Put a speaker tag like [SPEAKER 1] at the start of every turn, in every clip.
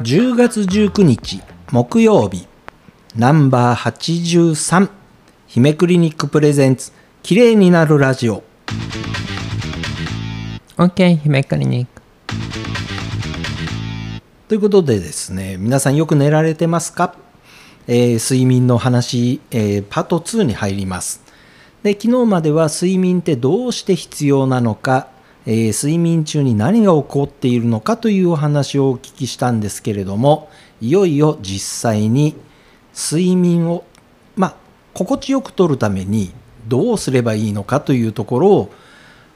[SPEAKER 1] 10月19日木曜日ナンバー83姫クリニックプレゼンツ綺麗になるラジオ
[SPEAKER 2] OK 姫クリニック
[SPEAKER 1] ということでですね皆さんよく寝られてますか、えー睡眠の話、えーパート2に入りますで昨日までは睡眠ってどうして必要なのか、えー睡眠中に何が起こっているのかというお話をお聞きしたんですけれどもいよいよ実際に睡眠をまあ心地よくとるためにどうすればいいのかというところを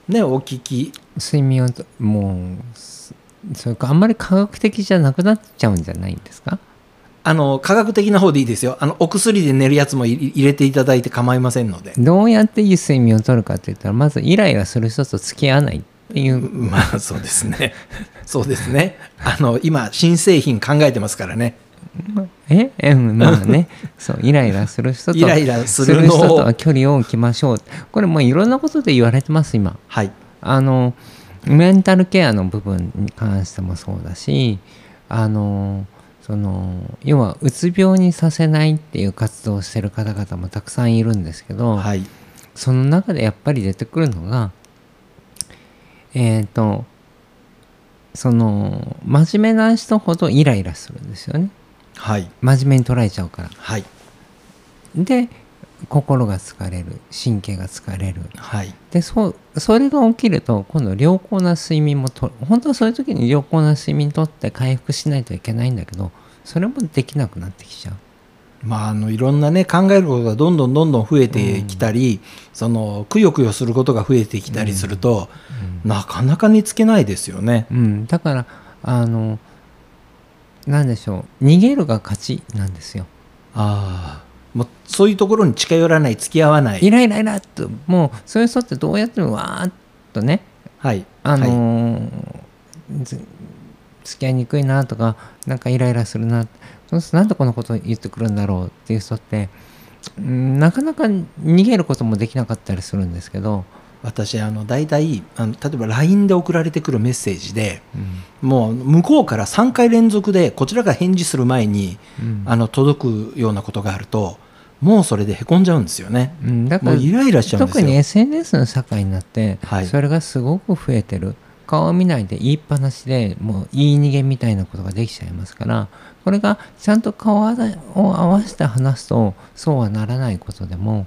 [SPEAKER 1] ねお聞き
[SPEAKER 2] 睡眠をともうすそれかあんまり科学的じゃなくなっちゃうんじゃないんですか
[SPEAKER 1] あの科学的な方でいいですよあのお薬で寝るやつもい入れていただいて構いませんので
[SPEAKER 2] どうやっていい睡眠をとるかって言ったらまずイライラする人と付き合わないっていう
[SPEAKER 1] まあそうですね そうですねあの今新製品考えてますからね
[SPEAKER 2] ええうんまあね そうイライラする人と
[SPEAKER 1] イライラす
[SPEAKER 2] す
[SPEAKER 1] る
[SPEAKER 2] る
[SPEAKER 1] の
[SPEAKER 2] 人と
[SPEAKER 1] を
[SPEAKER 2] は距離を置きましょうこれもういろんなことで言われてます今
[SPEAKER 1] はい
[SPEAKER 2] あのメンタルケアの部分に関してもそうだしあのその要はうつ病にさせないっていう活動をしてる方々もたくさんいるんですけど、
[SPEAKER 1] はい
[SPEAKER 2] その中でやっぱり出てくるのがえっ、とその真面目な人ほどイライラするんですよね
[SPEAKER 1] はい
[SPEAKER 2] 真面目に捉えちゃうから。
[SPEAKER 1] はい
[SPEAKER 2] で心が疲れる神経が疲れる
[SPEAKER 1] はい
[SPEAKER 2] でそうそれが起きると今度良好な睡眠もと本当はそういう時に良好な睡眠とって回復しないといけないんだけどそれもできなくなってきちゃう
[SPEAKER 1] まああのいろんなね考えることがどんどんどんどん増えてきたり、そのくよくよすることが増えてきたりすると、なかなか寝つけないですよね
[SPEAKER 2] うん、だからあのなんでしょう逃げるが勝ちなんですよ
[SPEAKER 1] ああもうそういうところに近寄らない付き合わない
[SPEAKER 2] イライライラっともうそういう人ってどうやってもわーっとね
[SPEAKER 1] はい
[SPEAKER 2] あの
[SPEAKER 1] はい
[SPEAKER 2] ーず付き合いにくいなとかなんかイライラするなその人なんでこんなこと言ってくるんだろうっていう人ってうんなかなか逃げることもできなかったりするんですけど、
[SPEAKER 1] 私あの大体あの例えば LINE で送られてくるメッセージで
[SPEAKER 2] うん
[SPEAKER 1] もう向こうから3回連続でこちらが返事する前に
[SPEAKER 2] うん
[SPEAKER 1] あの届くようなことがあるともうそれでへこんじゃうんですよね。
[SPEAKER 2] うんだか
[SPEAKER 1] もう
[SPEAKER 2] ら
[SPEAKER 1] イライラしちゃうんです
[SPEAKER 2] 特
[SPEAKER 1] よ。
[SPEAKER 2] に SNS の社会になって、
[SPEAKER 1] はい
[SPEAKER 2] それがすごく増えてる顔を見ないで言いっぱなしでもう言い逃げみたいなことができちゃいますからこれがちゃんと顔を合わせて話すとそうはならないことでも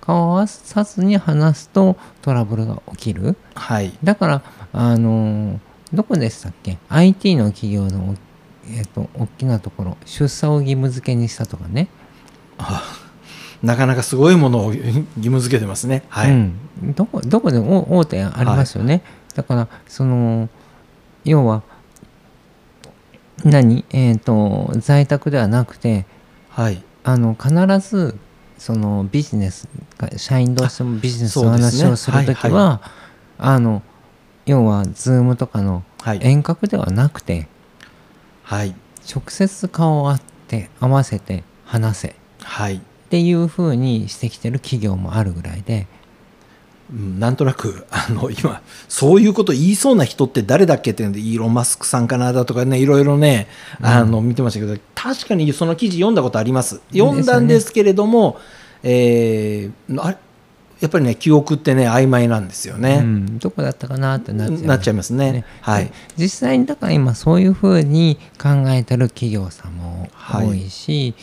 [SPEAKER 2] 顔を合わさずに話すとトラブルが起きる
[SPEAKER 1] はい
[SPEAKER 2] だからあのどこでしたっけ IT の企業の、えっと大きなところ出産を義務付けにしたとかね、
[SPEAKER 1] あなかなかすごいものを義務付けてますね。はい、
[SPEAKER 2] うん、どこどこでも大大手ありますよね、だからその要は何えっ、と在宅ではなくて
[SPEAKER 1] はい、
[SPEAKER 2] あの必ずそのビジネス社員同士でもビジネスの
[SPEAKER 1] そうです
[SPEAKER 2] 話
[SPEAKER 1] ね
[SPEAKER 2] をするとき
[SPEAKER 1] は
[SPEAKER 2] は、
[SPEAKER 1] いは
[SPEAKER 2] あの要は Zoom とかの
[SPEAKER 1] はい、
[SPEAKER 2] 遠隔ではなくて
[SPEAKER 1] はい、
[SPEAKER 2] 直接顔を合って合わせて話せっ
[SPEAKER 1] はい、
[SPEAKER 2] ていうふうにしてきてる企業もあるぐらいで。
[SPEAKER 1] うんなんとなくあの今そういうこと言いそうな人って誰だっけっていうのでイーロン・マスクさんかなだとかねいろいろねあの、見てましたけど確かにその記事読んだことあります読んだんですけれども、えーあれやっぱりね記憶ってね曖昧なんですよ
[SPEAKER 2] う
[SPEAKER 1] ね、
[SPEAKER 2] ん、どこだったかなってなっちゃう
[SPEAKER 1] なっちゃいますねはい
[SPEAKER 2] で実際にだから今そういうふうに考えてる企業さんも多いし、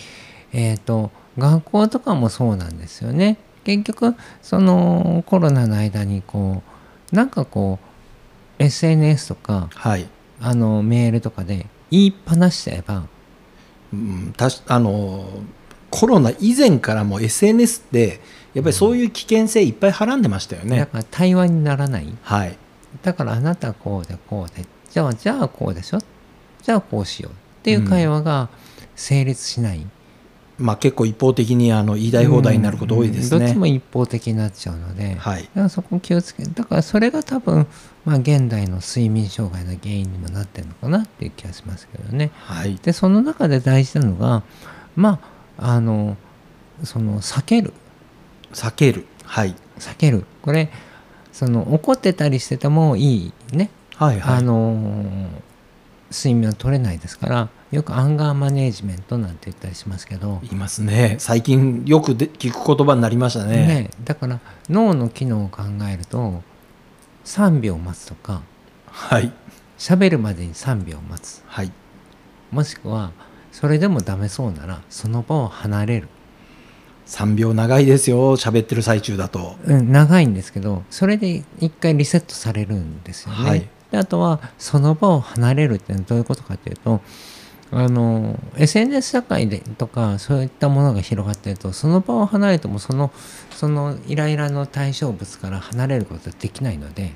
[SPEAKER 2] えっ、と学校とかもそうなんですよね結局そのコロナの間にこうなんかこう SNS とか
[SPEAKER 1] はい、
[SPEAKER 2] あのメールとかで言いっぱなしちゃえば
[SPEAKER 1] うん、たしあのコロナ以前からも SNS ってやっぱりそういう危険性いっぱいはらんでましたよね、
[SPEAKER 2] だから対話にならない
[SPEAKER 1] はい
[SPEAKER 2] だからあなたはこうでこうでじゃあじゃあこうでしょじゃあこうしようっていう会話が成立しない、
[SPEAKER 1] まあ結構一方的にあの言いたい放題になること多いですね、
[SPEAKER 2] うんどっちも一方的になっちゃうので、だか
[SPEAKER 1] はい
[SPEAKER 2] らそこ気をつけだからそれが多分、まあ、現代の睡眠障害の原因にもなってるのかなっていう気がしますけどね。
[SPEAKER 1] はい
[SPEAKER 2] でその中で大事なのがまああのその避ける
[SPEAKER 1] 避けるはい
[SPEAKER 2] 避けるこれその怒ってたりしててもいいね、
[SPEAKER 1] はいは
[SPEAKER 2] あ
[SPEAKER 1] い。
[SPEAKER 2] のー睡眠は取れないですからよくアンガーマネージメントなんて言ったりしますけど、
[SPEAKER 1] 言いますね。最近よくで聞く言葉になりましたね。
[SPEAKER 2] ね、だから脳の機能を考えると3秒待つとか
[SPEAKER 1] はい。
[SPEAKER 2] 喋るまでに3秒待つ
[SPEAKER 1] はい。
[SPEAKER 2] もしくはそれでもダメそうならその場を離れる、
[SPEAKER 1] 3秒長いですよ。喋ってる最中だと。
[SPEAKER 2] うん、長いんですけどそれで一回リセットされるんですよね。
[SPEAKER 1] はい
[SPEAKER 2] であとはその場を離れるってのはどういうことかっていうとあの SNS 社会でとかそういったものが広がってるとその場を離れてもそのそのイライラの対象物から離れることはできないので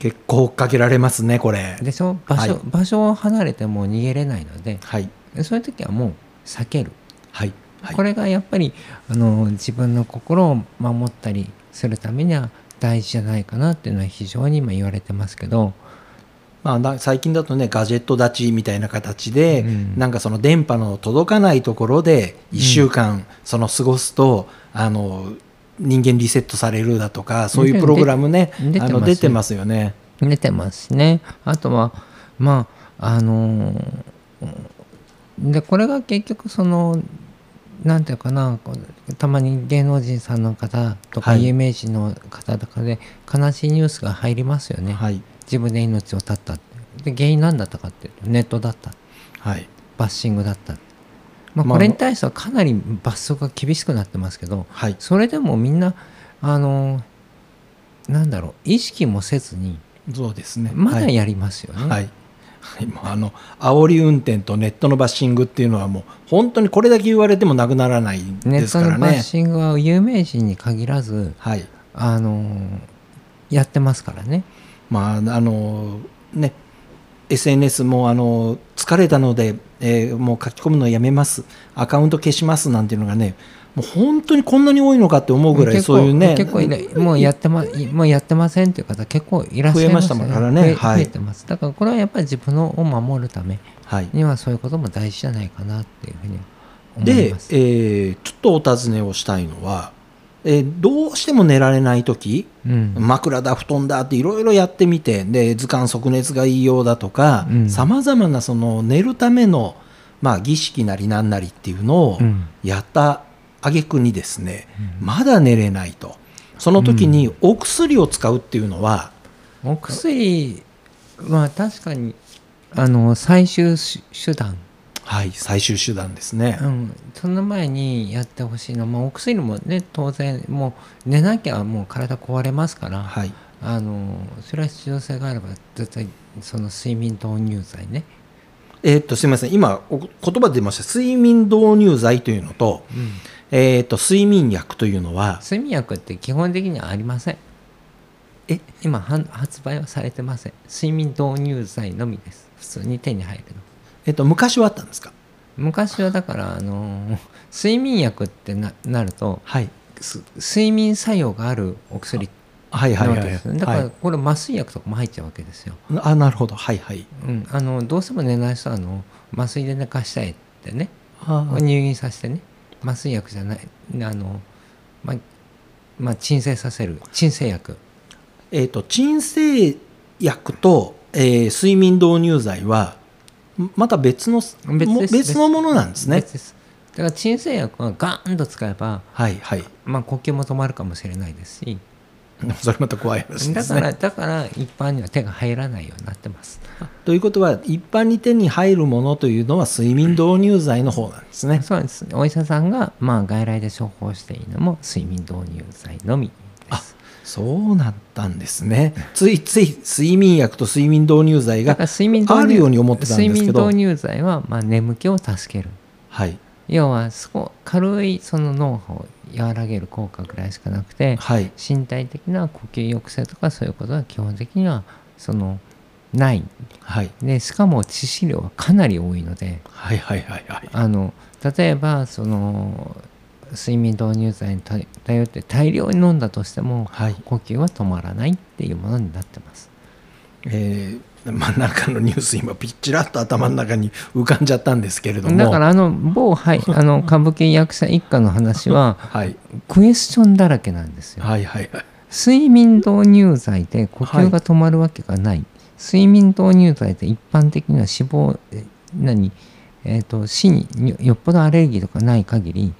[SPEAKER 1] 結構追っかけられますね、これ。
[SPEAKER 2] でしょ場所,、
[SPEAKER 1] はい
[SPEAKER 2] 場所を離れても逃げれないので
[SPEAKER 1] はい。
[SPEAKER 2] そういう時はもう避ける
[SPEAKER 1] はい。はい
[SPEAKER 2] こ。れがやっぱりあの自分の心を守ったりするためには大事じゃないかなっていうのは非常に今言われてますけど、
[SPEAKER 1] まあ、な最近だとね、ガジェット立ちみたいな形で、
[SPEAKER 2] うん
[SPEAKER 1] なんかその電波の届かないところで、1週間、その過ごすと、あの、人間リセットされるだとか、そういうプログラムね、
[SPEAKER 2] 出て
[SPEAKER 1] あの
[SPEAKER 2] ます
[SPEAKER 1] 出てますよね。
[SPEAKER 2] 出てますね。あとはまああのでこれが結局そのなんていうかなこうたまに芸能人さんの方とか
[SPEAKER 1] はい
[SPEAKER 2] 有名人の方とかで悲しいニュースが入りますよね、
[SPEAKER 1] はい。
[SPEAKER 2] 自分で命を絶ったってで原因何だったかっていうとネットだった
[SPEAKER 1] はい。
[SPEAKER 2] バッシングだった、ま
[SPEAKER 1] ま
[SPEAKER 2] あ、
[SPEAKER 1] あ
[SPEAKER 2] これに対してはかなり罰則が厳しくなってますけど
[SPEAKER 1] はい。
[SPEAKER 2] それでもみんなあのなんだろう意識もせずに
[SPEAKER 1] そうですね。
[SPEAKER 2] ま
[SPEAKER 1] は
[SPEAKER 2] だ
[SPEAKER 1] い
[SPEAKER 2] やりますよね。
[SPEAKER 1] はい。はい、もうあの煽り運転とネットのバッシングっていうのはもう本当にこれだけ言われてもなくならない
[SPEAKER 2] ネ
[SPEAKER 1] で
[SPEAKER 2] ッ
[SPEAKER 1] す
[SPEAKER 2] ト
[SPEAKER 1] か
[SPEAKER 2] の
[SPEAKER 1] ら
[SPEAKER 2] バッ
[SPEAKER 1] ね。
[SPEAKER 2] シングは有名人に限らず
[SPEAKER 1] はい。
[SPEAKER 2] あのやってますからね。
[SPEAKER 1] まああのね SNS もあの疲れたので、えーもう書き込むのやめますアカウント消しますなんていうのがねもう本当にこんなに多いのかって思うぐらい
[SPEAKER 2] 結構
[SPEAKER 1] そういうね
[SPEAKER 2] 結構いないもうやってまもうやってませんっていう方結構いらっしゃいますよ
[SPEAKER 1] 増えましたからね
[SPEAKER 2] 増え
[SPEAKER 1] はい
[SPEAKER 2] 増えてます。だからこれはやっぱり自分のを守るため
[SPEAKER 1] はい、
[SPEAKER 2] にはそういうことも大事じゃないかなっていうふうに思い
[SPEAKER 1] で
[SPEAKER 2] ま、す。
[SPEAKER 1] えーちょっとお尋ねをしたいのは、えーどうしても寝られない時
[SPEAKER 2] うん
[SPEAKER 1] 枕だ布団だっていろいろやってみてで図鑑即熱がいいようだとか
[SPEAKER 2] うん
[SPEAKER 1] さまざまなその寝るための、まあ、儀式なりなんなりっていうのを
[SPEAKER 2] うん
[SPEAKER 1] やった挙句にですね、
[SPEAKER 2] うん
[SPEAKER 1] まだ寝れないとその時にお薬を使うっていうのは、
[SPEAKER 2] お薬は確かにあの最終手手段、
[SPEAKER 1] はい、最終手段ですね。
[SPEAKER 2] うん、その前にやってほしいのは、まあ、お薬もね当然もう寝なきゃもう体壊れますから、
[SPEAKER 1] はい
[SPEAKER 2] あのそれは必要性があれば絶対その睡眠導入剤ね、
[SPEAKER 1] えーっとすみません今お言葉で出ました睡眠導入剤というのと,、えーっと睡眠薬というのは
[SPEAKER 2] 睡眠薬って基本的にはありません
[SPEAKER 1] え
[SPEAKER 2] 今はん発売はされてません睡眠導入剤のみです普通に手に入るの
[SPEAKER 1] えっと、昔はあったんですか
[SPEAKER 2] 昔はだからあの睡眠薬ってななると
[SPEAKER 1] はい。
[SPEAKER 2] す睡眠作用があるお薬
[SPEAKER 1] はいは
[SPEAKER 2] ないわ
[SPEAKER 1] はい
[SPEAKER 2] け
[SPEAKER 1] は
[SPEAKER 2] ですよ
[SPEAKER 1] い。
[SPEAKER 2] だから
[SPEAKER 1] は
[SPEAKER 2] これ麻酔薬とかも入っちゃうわけですよ、
[SPEAKER 1] い、あ、なるほど。はいはい。
[SPEAKER 2] うん、あのどうしても寝ない人はあの麻酔で寝かしたいってね
[SPEAKER 1] あ
[SPEAKER 2] 入院させてね麻酔薬じゃないあの、ままあ、鎮静させる鎮静薬
[SPEAKER 1] えっ、と、鎮静薬と、えー睡眠導入剤は、んまた別の、
[SPEAKER 2] 別
[SPEAKER 1] も
[SPEAKER 2] です
[SPEAKER 1] 別のものなんですね
[SPEAKER 2] 別。ですだから鎮静薬はガーンと使えば、
[SPEAKER 1] はいはい。
[SPEAKER 2] まあ、呼吸も止まるかもしれないですし
[SPEAKER 1] それまた怖い話で
[SPEAKER 2] だ
[SPEAKER 1] す
[SPEAKER 2] か
[SPEAKER 1] ね。
[SPEAKER 2] らだから一般には手が入らないようになってます
[SPEAKER 1] ということは、一般に手に入るものというのは睡眠導入剤の方なんですね。
[SPEAKER 2] そうですお医者さんが、まあ、外来で処方していいのも睡眠導入剤のみです
[SPEAKER 1] そうなったんですね。ついつい睡眠薬と睡眠導入剤
[SPEAKER 2] だ
[SPEAKER 1] が
[SPEAKER 2] から、睡眠導入
[SPEAKER 1] あるように思ってたんですけど
[SPEAKER 2] 睡眠導。入剤は、まあ、眠気を助ける
[SPEAKER 1] はい。
[SPEAKER 2] 要はすご軽いその脳波を和らげる効果ぐらいしかなくて
[SPEAKER 1] はい。
[SPEAKER 2] 身体的な呼吸抑制とかそういうことは基本的にはそのない
[SPEAKER 1] はい。
[SPEAKER 2] でしかも致死量はかなり多いので
[SPEAKER 1] はいはいはいはい。
[SPEAKER 2] あの例えばその睡眠導入剤に頼頼って大量に飲んだとしても
[SPEAKER 1] はい。
[SPEAKER 2] 呼吸は止まらないっていうものになってます。
[SPEAKER 1] えー、真ん中のニュース今ピッチラッと頭の中に浮かんじゃったんですけれども
[SPEAKER 2] だからあの某、はい、あの歌舞伎役者一家の話は
[SPEAKER 1] はい、
[SPEAKER 2] クエスチョンだらけなんですよ。
[SPEAKER 1] はいはいはい
[SPEAKER 2] 睡眠導入剤で呼吸が止まるわけがない、睡眠導入剤って一般的には死亡え何、えー、と死によよっぽどアレルギーとかない限り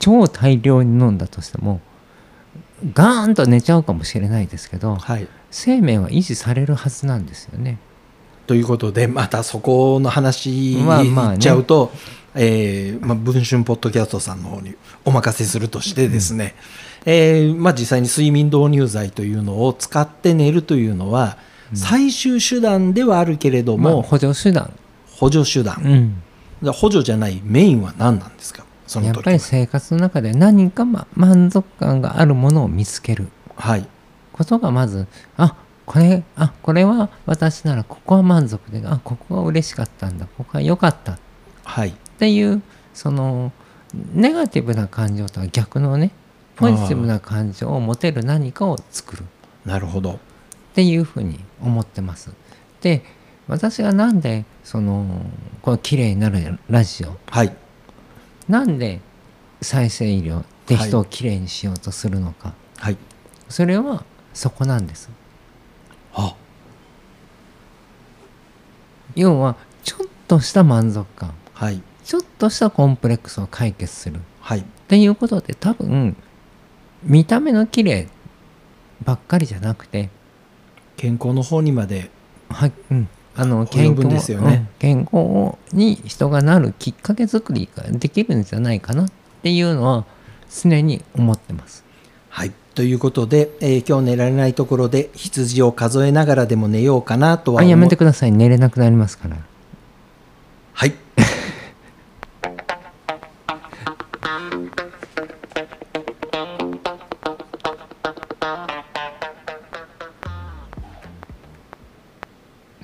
[SPEAKER 2] 超大量に飲んだとしてもガーンと寝ちゃうかもしれないですけど
[SPEAKER 1] はい、
[SPEAKER 2] 生命は維持されるはずなんですよね。
[SPEAKER 1] ということでまたそこの話に
[SPEAKER 2] まあまあね
[SPEAKER 1] 行っちゃうと、えーまあ、文春ポッドキャストさんの方にお任せするとしてですね、えーまあ、実際に睡眠導入剤というのを使って寝るというのは最終手段ではあるけれど
[SPEAKER 2] まあ
[SPEAKER 1] も、
[SPEAKER 2] 補助手段、
[SPEAKER 1] 補助手段、
[SPEAKER 2] うん、
[SPEAKER 1] じゃあ補助じゃないメインは何なんですかその
[SPEAKER 2] やっ
[SPEAKER 1] 時
[SPEAKER 2] ぱり生活の中で何か、ま、満足感があるものを見つける
[SPEAKER 1] はい
[SPEAKER 2] ことがまずあこれあこれは私ならここは満足であここは嬉しかったんだここは良かったっ
[SPEAKER 1] はい
[SPEAKER 2] ていうそのネガティブな感情とは逆のねポジティブな感情を持てる何かを作るっ
[SPEAKER 1] なるほど
[SPEAKER 2] ていうふうに思ってます。で私がなんでそのこの綺麗になるラジオ
[SPEAKER 1] はい
[SPEAKER 2] なんで再生医療で人をきれいにしようとするのか、
[SPEAKER 1] はい
[SPEAKER 2] それはそこなんです
[SPEAKER 1] あ
[SPEAKER 2] 要はちょっとした満足感
[SPEAKER 1] はい
[SPEAKER 2] ちょっとしたコンプレックスを解決するっ
[SPEAKER 1] はい
[SPEAKER 2] ていうことで多分見た目の綺麗ばっかりじゃなくて
[SPEAKER 1] 健康の方にまで
[SPEAKER 2] は、うん、あの
[SPEAKER 1] 及
[SPEAKER 2] 健
[SPEAKER 1] ぶ
[SPEAKER 2] 康
[SPEAKER 1] んですよね
[SPEAKER 2] うん健康に人がなるきっかけ作りができるんじゃないかなっていうのは常に思ってます。
[SPEAKER 1] はい。ということで、えー今日寝られないところで羊を数えながらでも寝ようかなとは
[SPEAKER 2] あ
[SPEAKER 1] 思
[SPEAKER 2] やめてください寝れなくなりますから。
[SPEAKER 1] はい。